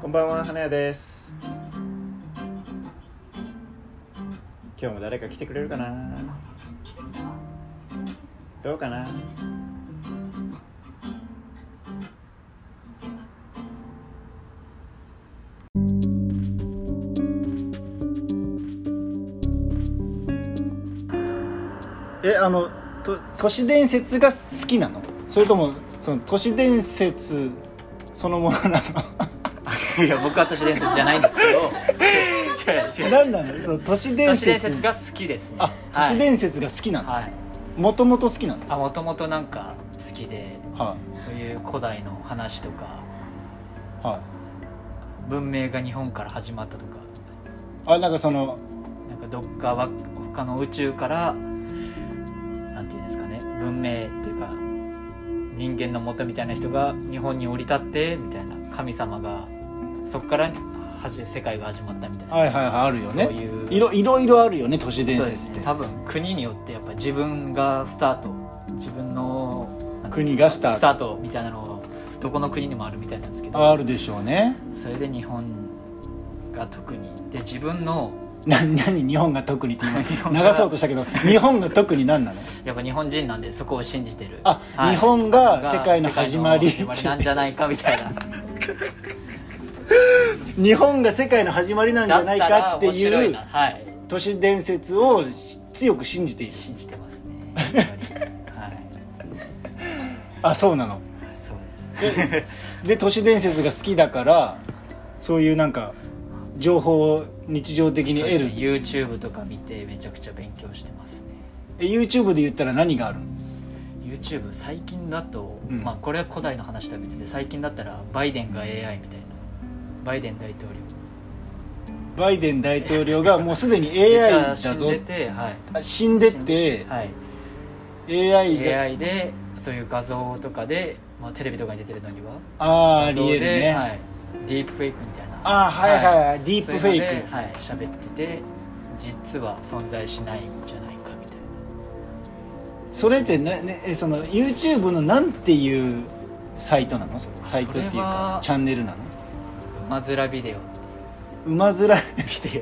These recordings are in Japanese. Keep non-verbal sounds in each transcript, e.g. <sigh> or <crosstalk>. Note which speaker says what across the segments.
Speaker 1: こんばんは、花屋です。今日も誰か来てくれるかな。どうかな。え、あの、と、都市伝説が好きなの。それとも、その都市伝説。そのものな
Speaker 2: うんいや僕は都市伝説じゃないんです
Speaker 1: <laughs>
Speaker 2: けど違う違
Speaker 1: の。
Speaker 2: う
Speaker 1: 何なの、その都市伝
Speaker 2: 都
Speaker 1: 説。
Speaker 2: 市伝説が好きですね
Speaker 1: あ、都市伝説が好きなの。
Speaker 2: はい、はい、
Speaker 1: もともと好きなの。
Speaker 2: あもともとなんか好きで
Speaker 1: は
Speaker 2: そういう古代の話とか
Speaker 1: い。はい。
Speaker 2: 文明が日本から始まったとか
Speaker 1: あ、なんかその、
Speaker 2: なんかどっかわ他の宇宙からなんていうんですかね文明っていうか人間の元みたいな人が日本に降り立ってみたいな神様がそこからはじ世界が始まったみたいな、
Speaker 1: はいはいはい、あるよ
Speaker 2: そう
Speaker 1: ね。
Speaker 2: いう
Speaker 1: いろ、いろいろあるよね、都市伝
Speaker 2: そうです
Speaker 1: 説っ
Speaker 2: ね
Speaker 1: て。
Speaker 2: 多分国によってやっぱ自分がスタート自分のなんていうん
Speaker 1: 国
Speaker 2: で
Speaker 1: が
Speaker 2: す
Speaker 1: スタ
Speaker 2: かス
Speaker 1: ート。
Speaker 2: タートみたいなのをどこの国にもあるみたいなんですけ
Speaker 1: あ
Speaker 2: ど
Speaker 1: るでしょうね。
Speaker 2: それで日本が特にで自分の
Speaker 1: な、なに、日本が特にって今、
Speaker 2: <laughs> 日本が
Speaker 1: 流そうとしたけど、日本が特に何なの。
Speaker 2: やっぱ日本人なんでそこを信じてる
Speaker 1: あ
Speaker 2: はい
Speaker 1: 日本が世界の始まり
Speaker 2: 世界の始まりなんじゃないかみ
Speaker 1: <laughs>
Speaker 2: たいな
Speaker 1: 日本が世界の始まりなんじゃないかって
Speaker 2: だたら面白
Speaker 1: い
Speaker 2: いうな。はい
Speaker 1: 都市伝説をし強く信じている。
Speaker 2: 信じてますねやっぱりはい
Speaker 1: あ、そうなの。
Speaker 2: そうです
Speaker 1: でで都市伝説が好きだからそういうなんか情報を日常的に
Speaker 2: そう
Speaker 1: 得
Speaker 2: で
Speaker 1: る、
Speaker 2: すね YouTube とか見てめちゃくちゃ勉強してますね
Speaker 1: え YouTube で言ったら何があるの
Speaker 2: YouTube 最近だと、
Speaker 1: うん
Speaker 2: まあこれは古代の話とは別で最近だったらバイデンが AI みたいなバイデン大統領
Speaker 1: バイデン大統領がもうすでに
Speaker 2: 実
Speaker 1: AI
Speaker 2: は
Speaker 1: だ
Speaker 2: 死ん
Speaker 1: ぞ
Speaker 2: でてはい
Speaker 1: あ死んでって
Speaker 2: はい
Speaker 1: AI で、
Speaker 2: AI でそういう画像とかで、まあ、テレビとかに出てるのには
Speaker 1: あああ
Speaker 2: 画像
Speaker 1: りえ
Speaker 2: で
Speaker 1: るね、
Speaker 2: はい、ディープフェイクみたいな
Speaker 1: ああはいはいはい、ディー
Speaker 2: そ
Speaker 1: プ
Speaker 2: ういう
Speaker 1: フェ
Speaker 2: の
Speaker 1: イ
Speaker 2: で
Speaker 1: ク
Speaker 2: はい喋ってて実は存在しないんじゃないかみたい
Speaker 1: それってねねえその YouTube のなんていうサイトなのそれサイトっていう
Speaker 2: それ
Speaker 1: か
Speaker 2: は
Speaker 1: チャンネルなの
Speaker 2: な馬面ビデオ
Speaker 1: 馬面
Speaker 2: ビデオってい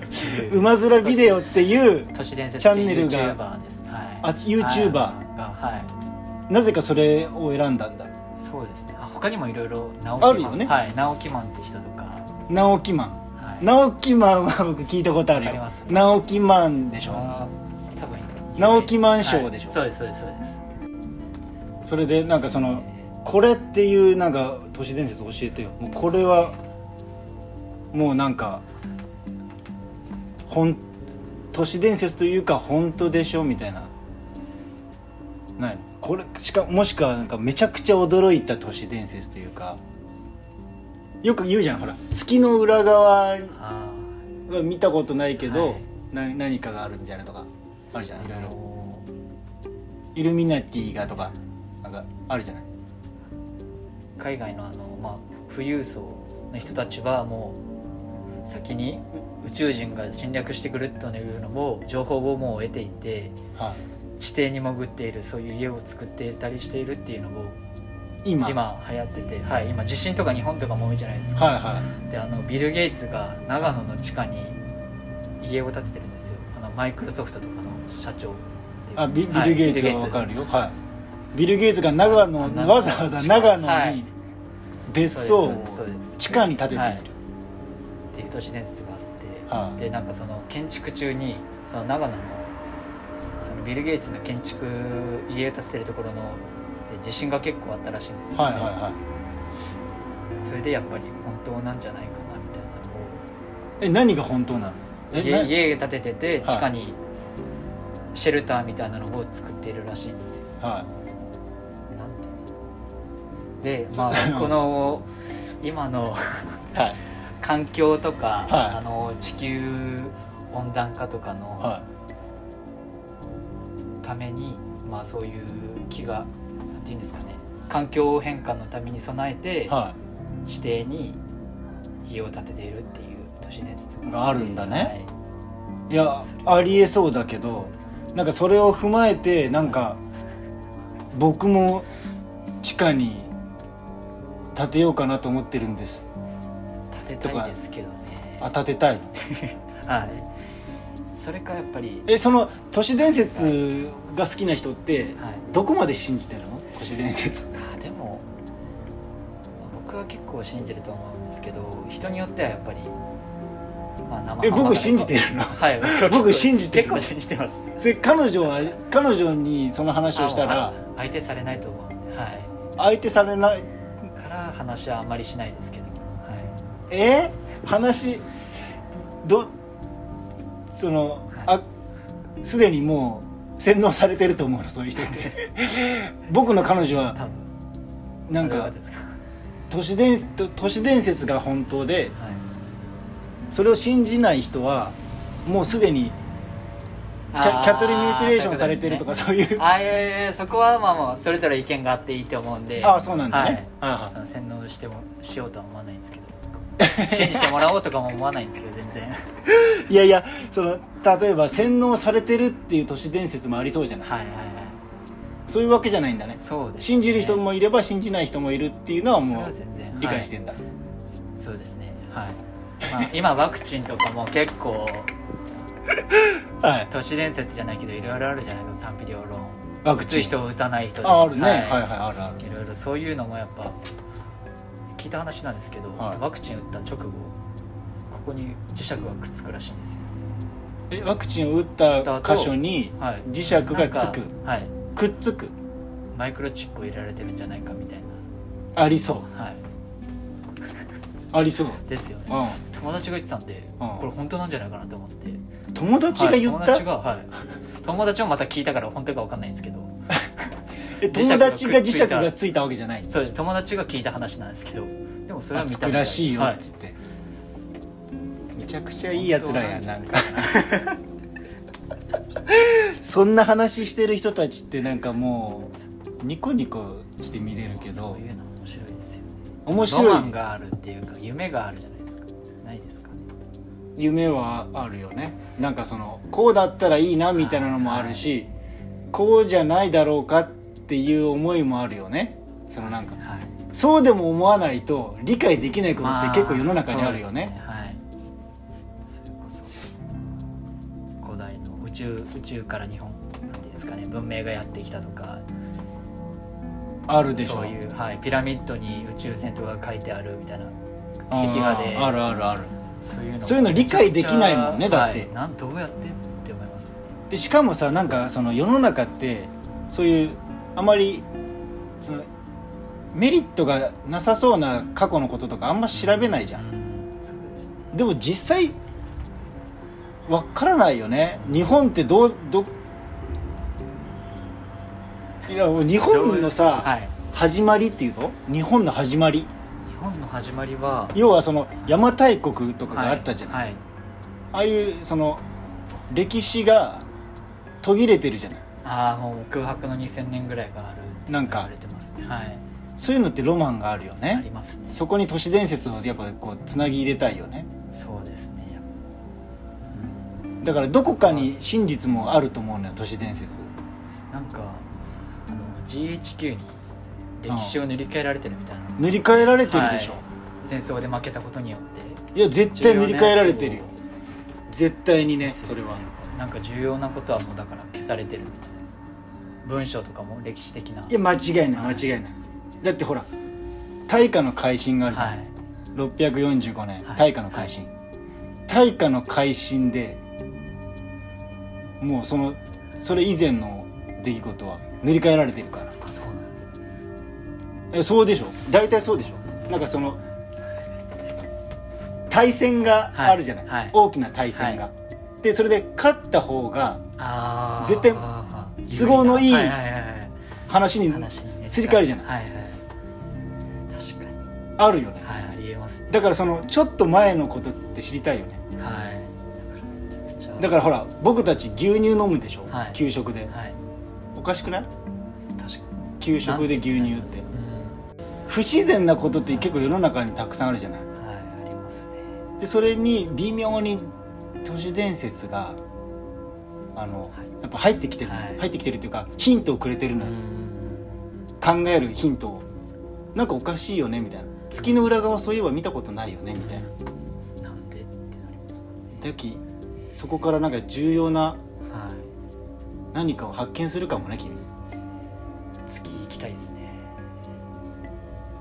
Speaker 2: う
Speaker 1: 馬面ビデオっていう
Speaker 2: 都市伝説
Speaker 1: チャンネルが
Speaker 2: YouTuber ですね、はい、
Speaker 1: あ YouTuber
Speaker 2: はいがはい
Speaker 1: なぜかそれを選んだんだ
Speaker 2: そうですねあ他にもいろいろ直
Speaker 1: ある
Speaker 2: 木マ
Speaker 1: よ
Speaker 2: ン、
Speaker 1: ね
Speaker 2: はい直木マンって人とか、
Speaker 1: 直木マン
Speaker 2: はい、
Speaker 1: 直木マンは <laughs> 僕聞いたことあるよ
Speaker 2: あります
Speaker 1: 直木マンでしょ
Speaker 2: は多分
Speaker 1: 直木マン賞でしょ
Speaker 2: はいそうですそうですそうです
Speaker 1: それでなんかそのこれっていうなんか都市伝説教えてよもうこれはもうなんかほん都市伝説というか本当でしょみたいな何これしかもしくはなんかめちゃくちゃ驚いた都市伝説というかよく言うじゃんほら月の裏側
Speaker 2: あ
Speaker 1: は見たことないけど、
Speaker 2: はい
Speaker 1: な何かがあるみたいなとかあるじゃないいろいろ
Speaker 2: ろ
Speaker 1: イルミナティがとかなんかあるじゃない
Speaker 2: 海外のあの、まあ、富裕層の人たちはもう先にう宇宙人が侵略してくるというのも情報をもう得ていて
Speaker 1: は
Speaker 2: 地底に潜っているそういう家を作っていたりしているっていうのを
Speaker 1: い今
Speaker 2: 今流行ってて、はい、今地震とか日本とかも多いじゃないですか、
Speaker 1: はいはい
Speaker 2: であのビル・ゲイツが長野の地下に家を建ててるんですよあのマイクロソフトとかの社長
Speaker 1: あビビ
Speaker 2: はい
Speaker 1: ル・ゲイツはわかるよはいビル・ゲイツが長野
Speaker 2: あ長野
Speaker 1: わざわざ長
Speaker 2: は
Speaker 1: 野に
Speaker 2: い
Speaker 1: 別荘
Speaker 2: そう
Speaker 1: を
Speaker 2: ですそうです
Speaker 1: 地下に建てている、
Speaker 2: はいっていう都市伝説があって、
Speaker 1: はい
Speaker 2: でなんかその建築中にその長野のそのビル・ゲイツの建築家を建ててるところので地震が結構あったらしいんですよ、ね
Speaker 1: はい、はいはい
Speaker 2: それでやっぱり本当なんじゃないかなみたいなのを
Speaker 1: え何が本当なのえな
Speaker 2: 家家建ててて
Speaker 1: はい
Speaker 2: 地下にシェルターみたいなのを作っているらしいんですよ
Speaker 1: は
Speaker 2: なんてで
Speaker 1: そ
Speaker 2: ま
Speaker 1: うん
Speaker 2: あこの今の
Speaker 1: いはい
Speaker 2: 環境とか、
Speaker 1: はい
Speaker 2: あの地球温暖化とかの
Speaker 1: は
Speaker 2: ために、まあそういう木がなんていうんですかね環境変化のために備え
Speaker 1: い
Speaker 2: て
Speaker 1: は
Speaker 2: 地底に家を建てているっていう都市伝説
Speaker 1: があるんだね
Speaker 2: はい
Speaker 1: いいやありえそうだけ
Speaker 2: そ
Speaker 1: ど
Speaker 2: うです
Speaker 1: なんかそれを踏まえてなんか僕も地下に建てようかなと思ってるんです
Speaker 2: 建てたいですけどね
Speaker 1: あ建てたい
Speaker 2: はいそれかやっぱり
Speaker 1: えその都市伝説が好きな人って
Speaker 2: はい
Speaker 1: どこまで信じてるの都市伝説
Speaker 2: あでも僕は結構信じると思うんですけど人によってはやっぱり、まあ、生
Speaker 1: え僕
Speaker 2: 半可な
Speaker 1: 信じてるの
Speaker 2: はい
Speaker 1: <laughs> 僕信じてる
Speaker 2: 結構信じてます
Speaker 1: それ彼女は彼女にその話をした
Speaker 2: あ
Speaker 1: ら
Speaker 2: もう相手されないと思うんで、は
Speaker 1: 相手されない
Speaker 2: い、から話はあまりしないですけど、は
Speaker 1: え話どそのあすでにもう洗脳されてると思うのそういう人って僕の彼女
Speaker 2: い、
Speaker 1: は
Speaker 2: 多分
Speaker 1: なん
Speaker 2: それは
Speaker 1: か
Speaker 2: ですか
Speaker 1: 都市伝説都市伝説が本当で
Speaker 2: はい
Speaker 1: それを信じない人はもうすでにキャ
Speaker 2: あ
Speaker 1: キャトルミューティレーションされてるとか
Speaker 2: そ
Speaker 1: そういう
Speaker 2: ういうことですねあいやいやいやそこはまあまあそれぞれ意見があっていいと思うんで
Speaker 1: ああそうなんだね、
Speaker 2: はい、その洗脳してもしようとは思わないんですけど信じてもらおうとかも思わないんですけど全然
Speaker 1: いやいやその例えば洗脳されてるっていう都市伝説もありそうじゃない
Speaker 2: はいはいはい
Speaker 1: そういうわけじゃないんだね
Speaker 2: そうですね、
Speaker 1: 信じる人もいれば信じない人もいるっていうのはも
Speaker 2: それは
Speaker 1: う
Speaker 2: 全然
Speaker 1: 理解してんだ、
Speaker 2: はいそうですねはい、まあ、 <laughs> 今ワクチンとかも結構
Speaker 1: はい
Speaker 2: 都市伝説じゃないけどいろいろあるじゃないですか賛否両論
Speaker 1: ワ
Speaker 2: 打
Speaker 1: クチン
Speaker 2: つ人打たない人で
Speaker 1: ああるね、はい、はい
Speaker 2: い
Speaker 1: あるある
Speaker 2: いろいろそういうのもやっぱ聞いた話なんですけど、
Speaker 1: はい
Speaker 2: ワクチン打った直後ここに磁石がくっつくらしいんですよ
Speaker 1: えワクチンを打った箇所に
Speaker 2: はい
Speaker 1: 磁石がつく
Speaker 2: なんかはい
Speaker 1: くっつく
Speaker 2: マイクロチップを入れられてるんじゃないかみたい
Speaker 1: ありそう
Speaker 2: なはい
Speaker 1: ありそう、
Speaker 2: ですよね
Speaker 1: う
Speaker 2: 友達が言ってたんで、
Speaker 1: うん
Speaker 2: これ本当なんじゃないかなと思って
Speaker 1: ん、友達が言っ
Speaker 2: はい、友
Speaker 1: た、
Speaker 2: 達がはい友達もまた聞いたから本当か分かんないんですけど
Speaker 1: え
Speaker 2: 磁石
Speaker 1: 友
Speaker 2: が
Speaker 1: 達が磁石がついたわけじゃない
Speaker 2: そうです友達が聞いた話なんですけどでもそれは見
Speaker 1: つ
Speaker 2: た
Speaker 1: く
Speaker 2: みた
Speaker 1: らしいよ
Speaker 2: は
Speaker 1: っつって、めちゃくちゃいいやつらやなんかそんな話してる人たちってなんかもうニコニコして見れるけ
Speaker 2: そ
Speaker 1: ど
Speaker 2: ういうの面白いですよね
Speaker 1: 面
Speaker 2: ロマ
Speaker 1: 白い
Speaker 2: ンがあるっていうか夢があるじゃないですかないですか
Speaker 1: 夢はあるよねなんかそのこうだったらいいなみたいなのもあるし、こうじゃないだろうかっていう思いもあるよねそのなんか
Speaker 2: はい
Speaker 1: そうでも思わないと理解できないことって結構世の中にあるよね,、
Speaker 2: まあそうですねはいそれこそ古代の宇宙宇宙から日本なんていうんですかね文明がやってきたとか
Speaker 1: あるでしょ
Speaker 2: そういう、はい、ピラミッドに宇宙船とか書いてあるみたいな
Speaker 1: あー
Speaker 2: 壁画で
Speaker 1: あるあるある
Speaker 2: そういうの
Speaker 1: そういうの理解できないもんね
Speaker 2: めちゃ
Speaker 1: だ
Speaker 2: く
Speaker 1: っ
Speaker 2: ちゃ
Speaker 1: て
Speaker 2: はいなんどうやってって思いますよね
Speaker 1: でしかもさなんかその世の中ってそういうあまりそのメリットがなさそうな過去のこととかあんま調べないじゃん
Speaker 2: うんそうですね
Speaker 1: でも実際わからないよね日本ってどうどいや日本のさ、
Speaker 2: はい
Speaker 1: 始まりっていうと日本の始まり
Speaker 2: 日本の始まりは
Speaker 1: 要はその邪馬台国とかがあったじゃない、
Speaker 2: はい、はい
Speaker 1: ああいうその歴史が途切れてるじゃない
Speaker 2: ああもう空白の2000年ぐらいがあるって
Speaker 1: なんか
Speaker 2: 言われてますねはい
Speaker 1: そういうのってロマンがあるよ
Speaker 2: あ
Speaker 1: ね
Speaker 2: りますね
Speaker 1: そこに都市伝説をやっぱこうつなぎ入れたいよね
Speaker 2: そうですねやっ
Speaker 1: だからどこかに真実もあると思うのよ都市伝説
Speaker 2: ぱなんかあの GHQ に歴史を塗り替えられてるみたいな
Speaker 1: 塗り替えられてるでしょ、
Speaker 2: は戦争で負けたことによって
Speaker 1: い、や絶対塗り替えられてるよ絶対にね
Speaker 2: そ
Speaker 1: そ
Speaker 2: れ
Speaker 1: れ
Speaker 2: は
Speaker 1: は
Speaker 2: なんか重要なことはもうだから消されてるみたいな文章とかも歴史的ない
Speaker 1: や間違いない間違いないだってほら大化の改新があるじゃん、
Speaker 2: はい
Speaker 1: 645年
Speaker 2: はい
Speaker 1: 大化の改新、大化の改新でもうそのそれ以前の出来事は塗り替えられてるから
Speaker 2: あそうなんだ
Speaker 1: えそうでしょ大体そうでしょなんかその対戦があるじゃない、
Speaker 2: はいはい
Speaker 1: 大きな対戦が、
Speaker 2: は
Speaker 1: でそれで勝った方が
Speaker 2: あー
Speaker 1: 絶対
Speaker 2: あ
Speaker 1: 都
Speaker 2: ー
Speaker 1: 合のいい
Speaker 2: はいはいはいはい
Speaker 1: 話に
Speaker 2: 話にね
Speaker 1: すり替えるじゃない、
Speaker 2: はいはい確かに
Speaker 1: あるよね
Speaker 2: はいありえますね
Speaker 1: だからそのちょっと前のことって知りたいよね
Speaker 2: はいだからめちゃくちゃ
Speaker 1: だからほら僕たち牛乳飲むでしょ、
Speaker 2: はい
Speaker 1: 給食で
Speaker 2: はい
Speaker 1: おかしくない
Speaker 2: 確かに
Speaker 1: 給食で牛乳って
Speaker 2: う
Speaker 1: 不自然なことって結構世の中にたくさんあるじゃない
Speaker 2: んはいありますね
Speaker 1: でそれに微妙に都市伝説があの
Speaker 2: はい
Speaker 1: やっぱ入ってきてる、
Speaker 2: はい
Speaker 1: 入ってきてるっていうかヒントをくれてる
Speaker 2: う
Speaker 1: のよ、
Speaker 2: ん
Speaker 1: 考えるヒントをなんかおかしいよねみたいな月の裏側そういえば見たことないよねみたいな
Speaker 2: なんでってなりますもんね
Speaker 1: だきそこからなんか重要な
Speaker 2: はい
Speaker 1: 何かを発見するかもね君
Speaker 2: 月行きたいですね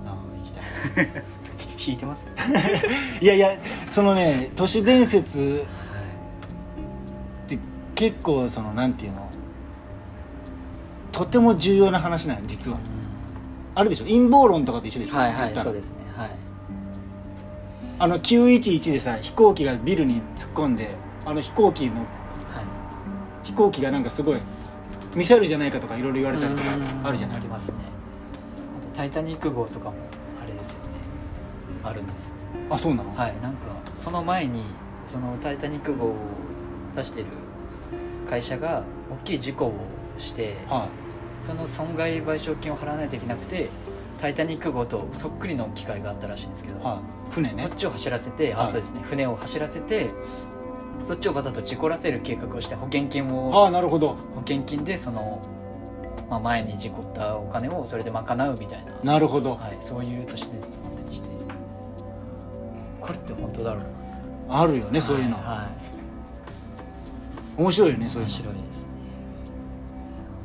Speaker 1: ああ行きたい
Speaker 2: 引いてます
Speaker 1: いやいやそのね都市伝説
Speaker 2: は
Speaker 1: って結構そのなんていうのとても重要な話なんよ実はあるでしょ陰謀論とかと一緒でしょ
Speaker 2: はいは
Speaker 1: 言った
Speaker 2: い
Speaker 1: ら
Speaker 2: そうですねはい
Speaker 1: あの911でさ飛行機がビルに突っ込んであの飛行機の
Speaker 2: は
Speaker 1: 飛行機がなんかすごいミサイルじゃないかとかいろいろ言われ
Speaker 2: い
Speaker 1: たりとかあるじゃない
Speaker 2: ありますねあと「タイタニック号」とかもあれですよねあるんですよ
Speaker 1: あそうなの、
Speaker 2: はいなんかその前にその「タイタニック号」を出してる会社が大きい事故をして
Speaker 1: は
Speaker 2: その損害賠償金を払わないといけなくて「タイタニック号」とそっくりの機械があったらしいんですけど
Speaker 1: い、はい、船
Speaker 2: そ
Speaker 1: ね
Speaker 2: っちを走らせて、
Speaker 1: は
Speaker 2: あ
Speaker 1: い
Speaker 2: そうですね船を走らせてそっちをわざと事故らせる計画をして保険金
Speaker 1: あ
Speaker 2: を
Speaker 1: あなるほど
Speaker 2: 保険金でその、まあ、前に事故ったお金をそれで賄うみたいな、
Speaker 1: なるほど、
Speaker 2: はい、そういう都市伝説もあったりしてこれって本当だろう
Speaker 1: あるよねそういうの、
Speaker 2: はい、は
Speaker 1: 面白いよね
Speaker 2: い
Speaker 1: そういう
Speaker 2: 面
Speaker 1: の
Speaker 2: 白いですね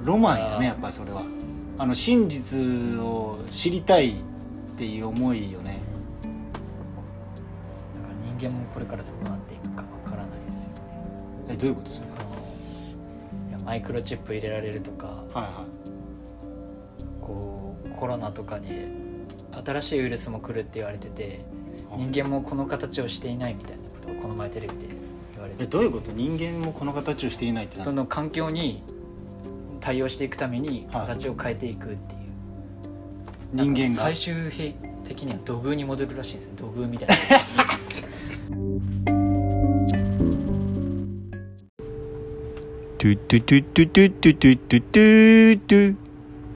Speaker 1: ロマンやねやっぱりそれはあの真実を知りたいっていう思いよね
Speaker 2: だから人間もこれからどうなっていくかわからないですよね
Speaker 1: えどういうことですか
Speaker 2: このいやマイクロチップ入れられるとか
Speaker 1: はいは
Speaker 2: こうコロナとかに新しいウイルスも来るって言われてて
Speaker 1: あ
Speaker 2: 人間もこの形をしていないみたいなことをこの前テレビで言われ
Speaker 1: え
Speaker 2: て
Speaker 1: どういうこと人間もこの形をしていないってな
Speaker 2: どんどん環境に対応していくために
Speaker 1: はい
Speaker 2: 形を変えていくっていう、
Speaker 1: 人間が
Speaker 2: 最終兵的には土偶に戻るらしいんですよ土偶みたいな
Speaker 3: Do do do do do do do do do do.